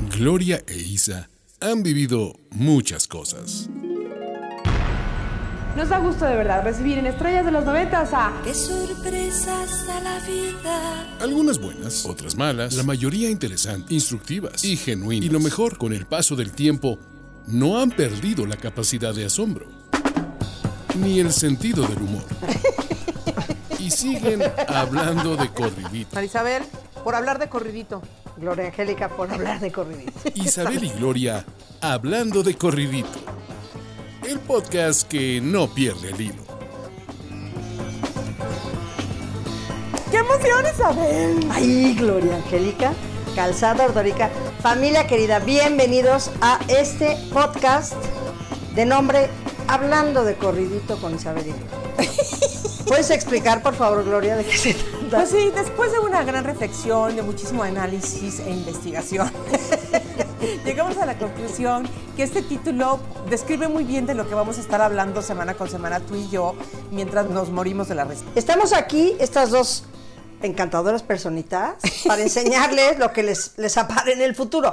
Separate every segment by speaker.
Speaker 1: Gloria e Isa han vivido muchas cosas.
Speaker 2: Nos da gusto de verdad recibir en Estrellas de los Noventas a...
Speaker 3: Qué sorpresas da la vida.
Speaker 1: Algunas buenas, otras malas, la mayoría interesantes, instructivas y genuinas. Y lo mejor, con el paso del tiempo, no han perdido la capacidad de asombro, ni el sentido del humor. Y siguen hablando de corridito.
Speaker 4: Marisabel, por hablar de corridito. Gloria Angélica, por hablar de corridito.
Speaker 1: Isabel y Gloria hablando de corridito. El podcast que no pierde el hilo.
Speaker 4: ¡Qué emoción, Isabel!
Speaker 5: Ay, Gloria Angélica, Calzada Ordorica, familia querida, bienvenidos a este podcast de nombre Hablando de Corridito con Isabel y Gloria. ¿Puedes explicar, por favor, Gloria, de qué se trata?
Speaker 4: Pues sí, después de una gran reflexión, de muchísimo análisis e investigación, llegamos a la conclusión que este título describe muy bien de lo que vamos a estar hablando semana con semana tú y yo mientras nos morimos de la risa.
Speaker 5: Estamos aquí, estas dos encantadoras personitas, para enseñarles lo que les, les apare en el futuro.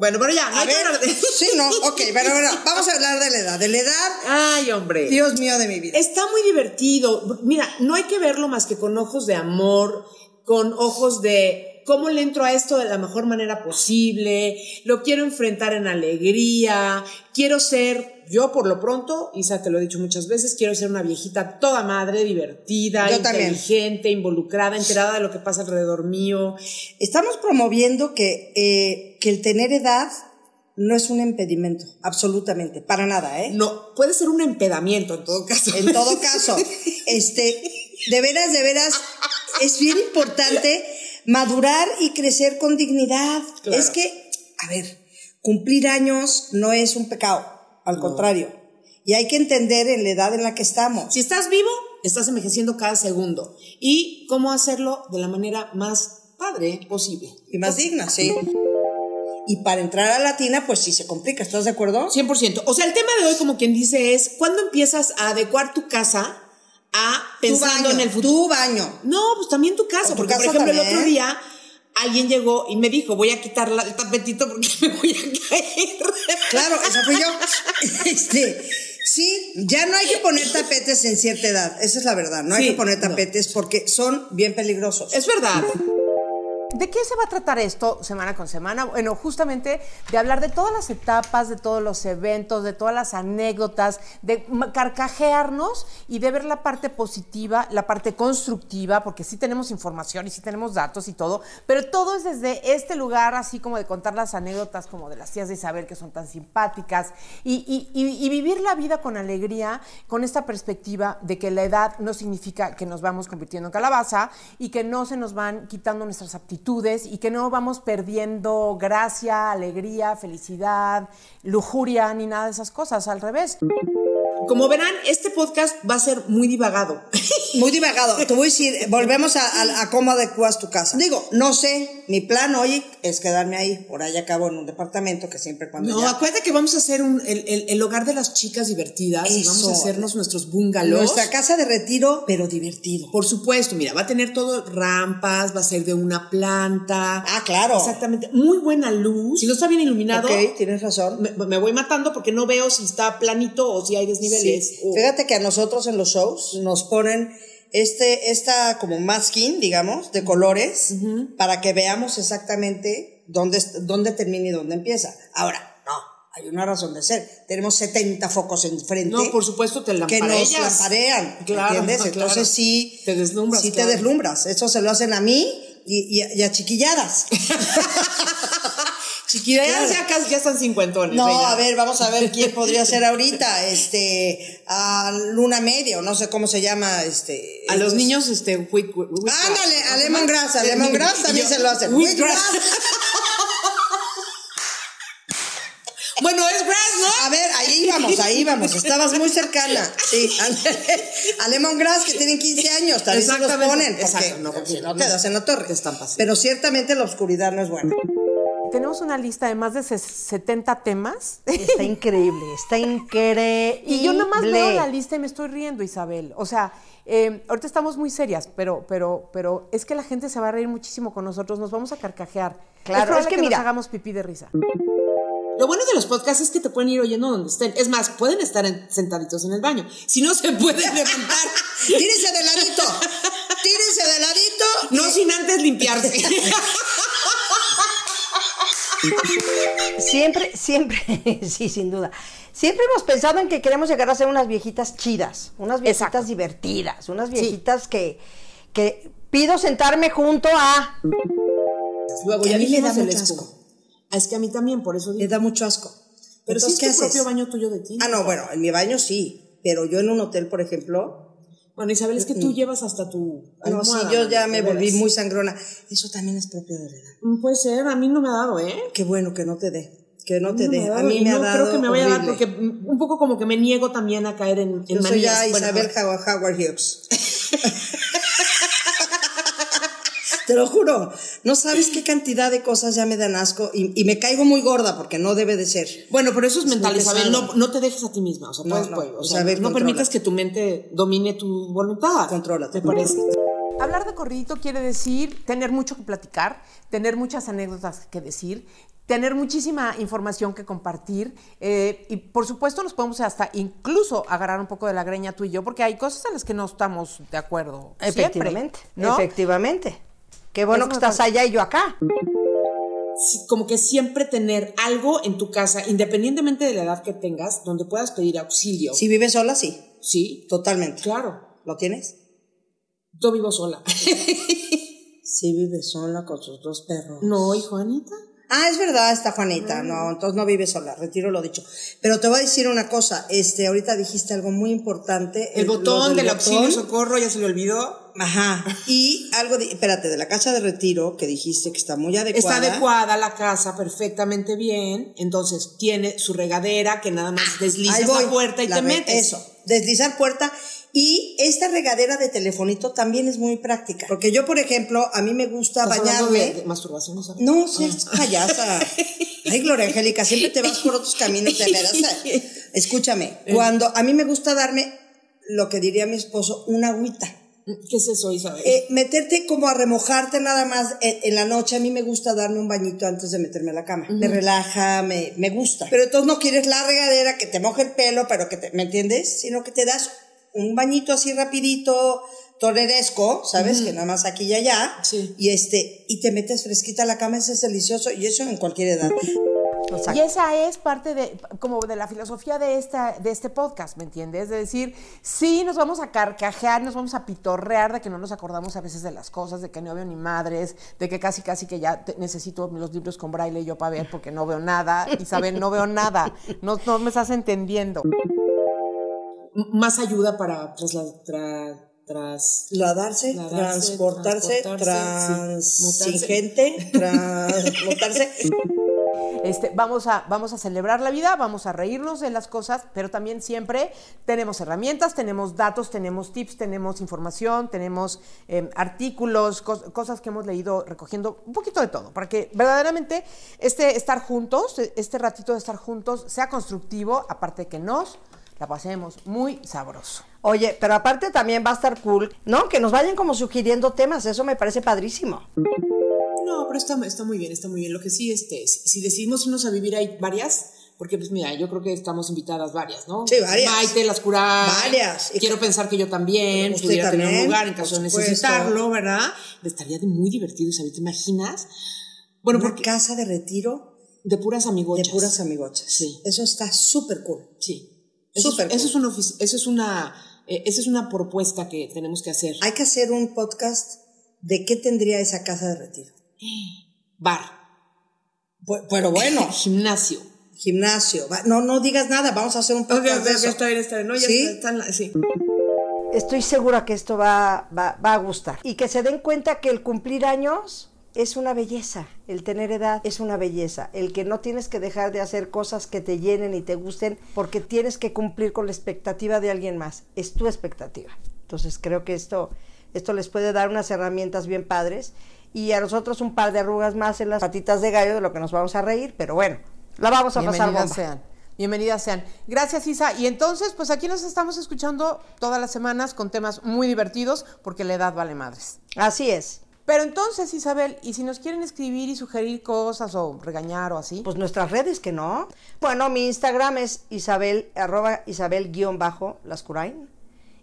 Speaker 6: Bueno, pero ya,
Speaker 7: A
Speaker 6: hay que hablar
Speaker 7: ver,
Speaker 6: de-
Speaker 7: sí, no, ok, bueno, bueno, vamos a hablar de la edad, de la edad,
Speaker 6: Ay, hombre.
Speaker 7: Dios mío de mi vida.
Speaker 6: Está muy divertido. Mira, no hay que verlo más que con ojos de amor, con ojos de cómo le entro a esto de la mejor manera posible, lo quiero enfrentar en alegría, quiero ser, yo por lo pronto, Isa te lo he dicho muchas veces, quiero ser una viejita toda madre, divertida,
Speaker 7: Yo también.
Speaker 6: inteligente, involucrada, enterada de lo que pasa alrededor mío.
Speaker 7: Estamos promoviendo que, eh, que el tener edad no es un impedimento, absolutamente, para nada, ¿eh?
Speaker 6: No, puede ser un empedamiento en todo caso.
Speaker 7: En todo caso, este, de veras, de veras, es bien importante madurar y crecer con dignidad.
Speaker 6: Claro.
Speaker 7: Es que, a ver, cumplir años no es un pecado, al contrario. Y hay que entender en la edad en la que estamos.
Speaker 6: Si estás vivo, estás envejeciendo cada segundo. Y cómo hacerlo de la manera más padre posible.
Speaker 7: Y más digna, sí. Y para entrar a Latina, pues sí se complica, ¿estás de acuerdo?
Speaker 6: 100%. O sea, el tema de hoy, como quien dice, es cuándo empiezas a adecuar tu casa a
Speaker 7: Tu baño,
Speaker 6: pensando en el futuro.
Speaker 7: Tu baño.
Speaker 6: No, pues también tu casa.
Speaker 7: O tu
Speaker 6: porque, por
Speaker 7: casa
Speaker 6: ejemplo, el
Speaker 7: también.
Speaker 6: otro día alguien llegó y me dijo, voy a quitar la- el tapetito porque me voy a caer.
Speaker 7: Claro, eso fui yo. Este, sí, ya no hay que poner tapetes en cierta edad, esa es la verdad. No hay
Speaker 6: Sí,
Speaker 7: que poner
Speaker 6: no.
Speaker 7: tapetes porque son bien peligrosos.
Speaker 6: Es verdad.
Speaker 4: ¿De qué se va a tratar esto semana con semana? Bueno, justamente de hablar de todas las etapas, de todos los eventos, de todas las anécdotas, de ma- carcajearnos y de ver la parte positiva, la parte constructiva, porque sí tenemos información y sí tenemos datos y todo, pero todo es desde este lugar, así como de contar las anécdotas como de las tías de Isabel que son tan simpáticas y, y- y- y vivir la vida con alegría, con esta perspectiva de que la edad no significa que nos vamos convirtiendo en calabaza y que no se nos van quitando nuestras aptitudes y que no vamos perdiendo gracia, alegría, felicidad, lujuria ni nada de esas cosas, al revés.
Speaker 6: Como verán, este podcast va a ser muy divagado.
Speaker 7: Muy divagado. Te voy a decir, volvemos a, a- a cómo adecuas tu casa. Digo, no sé, mi plan hoy es quedarme ahí, por ahí acabo en un departamento que siempre cuando
Speaker 6: No,
Speaker 7: ya-
Speaker 6: acuérdate que vamos a hacer un- el, el- el hogar de las chicas divertidas y vamos a
Speaker 7: Eso.
Speaker 6: hacernos nuestros bungalows.
Speaker 7: Nuestra casa de retiro, pero divertido.
Speaker 6: Por supuesto, mira, va a tener todo rampas, va a ser de una planta.
Speaker 7: Ah, claro.
Speaker 6: Exactamente. Muy buena luz. Si no está bien iluminado,
Speaker 7: Ok, tienes razón.
Speaker 6: me, me voy matando porque no veo si está planito o si hay desniveles.
Speaker 7: Sí.
Speaker 6: o-
Speaker 7: Fíjate que a nosotros en los shows nos ponen este, esta como masking, digamos, de colores, para que veamos exactamente dónde, est- dónde termina y dónde empieza. Ahora, no, hay una razón de ser. Tenemos 70 focos enfrente.
Speaker 6: No, por supuesto, te
Speaker 7: que nos
Speaker 6: lampareas.
Speaker 7: lamparean,
Speaker 6: Claro,
Speaker 7: ¿entiendes?
Speaker 6: claro.
Speaker 7: Entonces sí,
Speaker 6: Te deslumbras,
Speaker 7: sí te
Speaker 6: claro.
Speaker 7: deslumbras. Eso se lo hacen a mí y, y a- y a chiquilladas.
Speaker 6: Chiquillas,
Speaker 7: Claro.
Speaker 6: ya casi ya están cincuentones.
Speaker 7: No,
Speaker 6: ella.
Speaker 7: a ver, vamos a ver quién podría ser ahorita, este, a Luna Media, o no sé cómo se llama, este.
Speaker 6: A los
Speaker 7: estos-
Speaker 6: niños, este, wi- wi- wi-
Speaker 7: Ándale, a Lemongrass, a Lemongrass también
Speaker 6: Y yo,
Speaker 7: se lo hacen.
Speaker 6: wheatgrass.
Speaker 7: Wheatgrass.
Speaker 6: Bueno, es grass, ¿no?
Speaker 7: A ver, ahí íbamos, ahí íbamos, estabas muy cercana. Sí, ándale. a Lemongrass que tienen 15 años, también se los
Speaker 6: Exactamente,
Speaker 7: ponen. Porque,
Speaker 6: exacto, no, porque
Speaker 7: si no te das en la torre.
Speaker 6: te estampas.
Speaker 7: Pero ciertamente la oscuridad no es buena.
Speaker 4: tenemos una lista de más de ses- 70 temas.
Speaker 5: Está increíble, está increíble.
Speaker 4: Y yo nomás veo la lista y me estoy riendo, Isabel. O sea, eh, ahorita estamos muy serias, pero, pero, pero es que la gente se va a reír muchísimo con nosotros, nos vamos a carcajear.
Speaker 5: Claro,
Speaker 4: es, probable
Speaker 5: es que
Speaker 4: que,
Speaker 5: mira.
Speaker 4: nos hagamos pipí de risa.
Speaker 6: Lo bueno de los podcasts es que te pueden ir oyendo donde estén. Es más, pueden estar en- sentaditos en el baño. Si no se pueden levantar,
Speaker 7: Tírense de ladito. Tírense de ladito.
Speaker 6: no sin antes limpiarse.
Speaker 5: Siempre, siempre, sí, sin duda. Siempre hemos pensado en que queremos llegar a ser unas viejitas chidas, unas viejitas divertidas, unas viejitas que, que pido sentarme junto a.
Speaker 6: Luego
Speaker 7: Que a
Speaker 6: ya
Speaker 7: mí me
Speaker 6: dijimos
Speaker 7: da
Speaker 6: el
Speaker 7: mucho
Speaker 6: escudo.
Speaker 7: asco.
Speaker 6: Ah, Es que a mí también, por eso
Speaker 7: Le
Speaker 6: digo.
Speaker 7: da mucho asco.
Speaker 6: Pero si
Speaker 7: Entonces,
Speaker 6: es tu propio baño tuyo de ti.
Speaker 7: Ah, no, bueno, en mi baño sí. Pero yo en un hotel, por ejemplo.
Speaker 6: Bueno, Isabel, es que tú llevas hasta tu
Speaker 7: No, sí,
Speaker 6: almohada,
Speaker 7: yo
Speaker 6: ¿no?
Speaker 7: ya me
Speaker 6: De
Speaker 7: volví
Speaker 6: veras.
Speaker 7: muy sangrona. Eso también es propio de la edad.
Speaker 6: Mm, Puede ser, a mí no me ha dado, ¿eh?
Speaker 7: Qué bueno que no te dé. Que no te
Speaker 6: No me
Speaker 7: dé.
Speaker 6: ha
Speaker 7: A
Speaker 6: dado,
Speaker 7: mí
Speaker 6: y
Speaker 7: me ha
Speaker 6: no
Speaker 7: dado.
Speaker 6: creo que me vaya a dar
Speaker 7: horrible.
Speaker 6: porque mm, un poco como que me niego también a caer en,
Speaker 7: Yo
Speaker 6: en
Speaker 7: soy ya
Speaker 6: manías. Bueno,
Speaker 7: Isabel Howard, Howard Hughes. Te lo juro, no sabes qué cantidad de cosas ya me dan asco y, y me caigo muy gorda porque no debe de ser.
Speaker 6: Bueno, pero eso es, mental,
Speaker 7: muy
Speaker 6: Isabel.
Speaker 7: pesado.
Speaker 6: No, no te dejes a ti misma. O sea,
Speaker 7: No,
Speaker 6: puedes,
Speaker 7: no,
Speaker 6: puedes, o
Speaker 7: o
Speaker 6: sea,
Speaker 7: sea, a ver,
Speaker 6: no
Speaker 7: controla.
Speaker 6: permitas que tu mente domine tu voluntad.
Speaker 7: Contrólate.
Speaker 6: Me parece.
Speaker 4: Hablar de corridito quiere decir tener mucho que platicar, tener muchas anécdotas que decir, tener muchísima información que compartir eh, y por supuesto nos podemos hasta incluso agarrar un poco de la greña tú y yo porque hay cosas en las que no estamos de acuerdo. siempre,
Speaker 5: Efectivamente,
Speaker 4: ¿no?
Speaker 5: efectivamente. Qué bueno
Speaker 4: Es
Speaker 5: que estás
Speaker 4: bastante-
Speaker 5: allá y yo acá.
Speaker 6: Sí, Como que siempre tener algo en tu casa, independientemente de la edad que tengas, donde puedas pedir auxilio.
Speaker 7: Si vives sola, sí,
Speaker 6: Sí,
Speaker 7: totalmente.
Speaker 6: claro.
Speaker 7: ¿Lo tienes?
Speaker 6: Yo vivo sola.
Speaker 7: Si vives sola con sus dos perros.
Speaker 6: No, hijo Anita.
Speaker 7: Ah, es verdad, está Juanita.
Speaker 6: Mm.
Speaker 7: No, entonces no vive sola, retiro lo dicho. Pero te voy a decir una cosa, este, ahorita dijiste algo muy importante.
Speaker 6: El,
Speaker 7: lo
Speaker 6: botón del,
Speaker 7: botón.
Speaker 6: auxilio socorro ya se le olvidó.
Speaker 7: Ajá. Y algo, de- espérate, de la casa de retiro que dijiste que está muy adecuada.
Speaker 6: Está adecuada la casa perfectamente bien. Entonces tiene su regadera que nada más
Speaker 7: Ahí
Speaker 6: deslizas
Speaker 7: voy,
Speaker 6: la puerta y te
Speaker 7: re-
Speaker 6: metes.
Speaker 7: Eso, deslizar puerta. Y esta regadera de telefonito también es muy práctica. Porque yo, por ejemplo, a mí me gusta
Speaker 6: ¿Estás hablando
Speaker 7: bañarme.
Speaker 6: de- de masturbación, Isabel?
Speaker 7: No, seas payasa. Ay, Gloria Angélica, siempre te vas por otros caminos, de veras. Escúchame, cuando a mí me gusta darme lo que diría mi esposo, una agüita.
Speaker 6: ¿Qué es eso, Isabel?
Speaker 7: Eh, meterte como a remojarte nada más en, en la noche. A mí me gusta darme un bañito antes de meterme a la cama. Me relaja, me, me gusta. Pero entonces no quieres la regadera que te moje el pelo, pero que te, ¿me entiendes? Sino que te das un bañito así rapidito, toreresco, ¿sabes? Que nada más aquí y allá.
Speaker 6: Sí.
Speaker 7: Y este, y te metes fresquita a la cama, eso es delicioso. Y eso en cualquier edad.
Speaker 5: Exacto.
Speaker 4: Y esa es parte de, como de la filosofía de, esta, de este podcast, ¿me entiendes? Es decir, sí, nos vamos a carcajear, nos vamos a pitorrear de que no nos acordamos a veces de las cosas, de que no veo ni madres, de que casi, casi que ya te- necesito los libros con braille yo para ver porque no veo nada. Isabel, no veo nada. No, no me estás entendiendo.
Speaker 6: M- Más ayuda para trasla- tra- tras...
Speaker 7: Lavarse,
Speaker 6: Lavarse,
Speaker 7: transportarse,
Speaker 6: transportarse, sí.
Speaker 7: transigente, transmutarse.
Speaker 4: Este, vamos, a, vamos a celebrar la vida, vamos a reírnos de las cosas, pero también siempre tenemos herramientas, tenemos datos, tenemos tips, tenemos información, tenemos eh, artículos, cos- cosas que hemos leído recogiendo, un poquito de todo, para que verdaderamente este estar juntos, este ratito de estar juntos, sea constructivo, aparte de que nos la pasemos muy sabroso.
Speaker 5: Oye, pero aparte también va a estar cool, ¿no? Que nos vayan como sugiriendo temas, eso me parece padrísimo.
Speaker 6: No, pero está, está muy bien, está muy bien. Lo que sí, este, si, si decidimos irnos a vivir hay varias, porque pues mira, yo creo que estamos invitadas varias, ¿no?
Speaker 7: Sí, varias.
Speaker 6: Maite, las curas.
Speaker 7: Varias. Y-
Speaker 6: Quiero pensar que yo también
Speaker 7: Usted
Speaker 6: pudiera tener un
Speaker 7: también,
Speaker 6: lugar en
Speaker 7: por
Speaker 6: caso de
Speaker 7: supuesto.
Speaker 6: necesitarlo, ¿verdad? Estaría de muy divertido, Isabel, ¿te imaginas? Bueno,
Speaker 7: Una
Speaker 6: porque
Speaker 7: casa de retiro
Speaker 6: de puras
Speaker 7: de
Speaker 6: amigochas.
Speaker 7: puras amigochas.
Speaker 6: Sí.
Speaker 7: Eso está súper cool.
Speaker 6: Sí. Eso,
Speaker 7: Súper
Speaker 6: es, eso, es
Speaker 7: cool.
Speaker 6: una ofici- eso es una eh, esa es una propuesta que tenemos que hacer.
Speaker 7: Hay que hacer un podcast de qué tendría esa casa de retiro.
Speaker 6: Bar,
Speaker 7: Bu- Pero bueno,
Speaker 6: gimnasio.
Speaker 7: gimnasio. va- No, no digas nada, vamos a hacer un podcast de eso.
Speaker 6: bien, está bien. No,
Speaker 7: ya está-
Speaker 6: sí.
Speaker 5: Estoy segura que esto va, va, va a gustar. Y que se den cuenta que el cumplir años es una belleza, el tener edad es una belleza, el que no tienes que dejar de hacer cosas que te llenen y te gusten porque tienes que cumplir con la expectativa de alguien más, es tu expectativa. Entonces creo que esto, esto les puede dar unas herramientas bien padres
Speaker 7: y a nosotros un par de arrugas más en las patitas de gallo de lo que nos vamos a reír, pero bueno, la vamos a pasar bomba.
Speaker 6: Bienvenidas sean. Bienvenidas sean. Gracias, Isa. Y entonces, pues aquí nos estamos escuchando todas las semanas con temas muy divertidos porque la edad vale madres.
Speaker 7: Así es.
Speaker 6: Pero entonces, Isabel, y si nos quieren escribir y sugerir cosas o regañar o así,
Speaker 7: Pues nuestras redes que no. Bueno, mi Instagram es Isabel, arroba Isabel guión bajo Lascurain.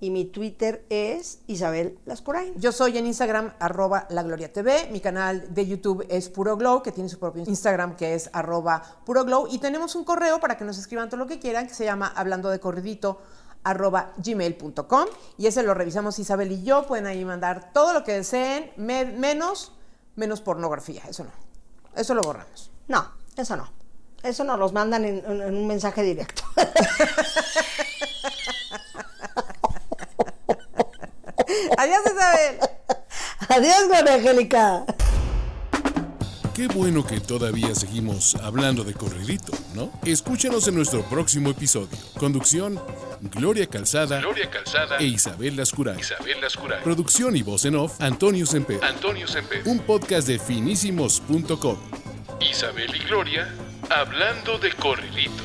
Speaker 7: Y mi Twitter es Isabel Lascurain.
Speaker 6: Yo soy en Instagram, arroba La Gloria TV. Mi canal de YouTube es Puro Glow, que tiene su propio Instagram, que es arroba Puro Glow. Y tenemos un correo para que nos escriban todo lo que quieran, que se llama hablando de corridito arroba gmail.com y ese lo revisamos Isabel y yo pueden ahí mandar todo lo que deseen me- menos menos pornografía eso no eso lo borramos
Speaker 7: No, eso no. Eso no, los mandan en, en- en un mensaje directo.
Speaker 6: adiós Isabel
Speaker 7: Adiós, María Angélica.
Speaker 1: Qué bueno que todavía seguimos hablando de corridito, ¿no? Escúchanos en nuestro próximo episodio. Conducción, Gloria Calzada. Gloria Calzada. E Isabel Lascurán. Isabel Lascurán. Producción y voz en off, Antonio Semper. Antonio Semper. Un podcast de finísimos.com. Isabel y Gloria, hablando de corridito.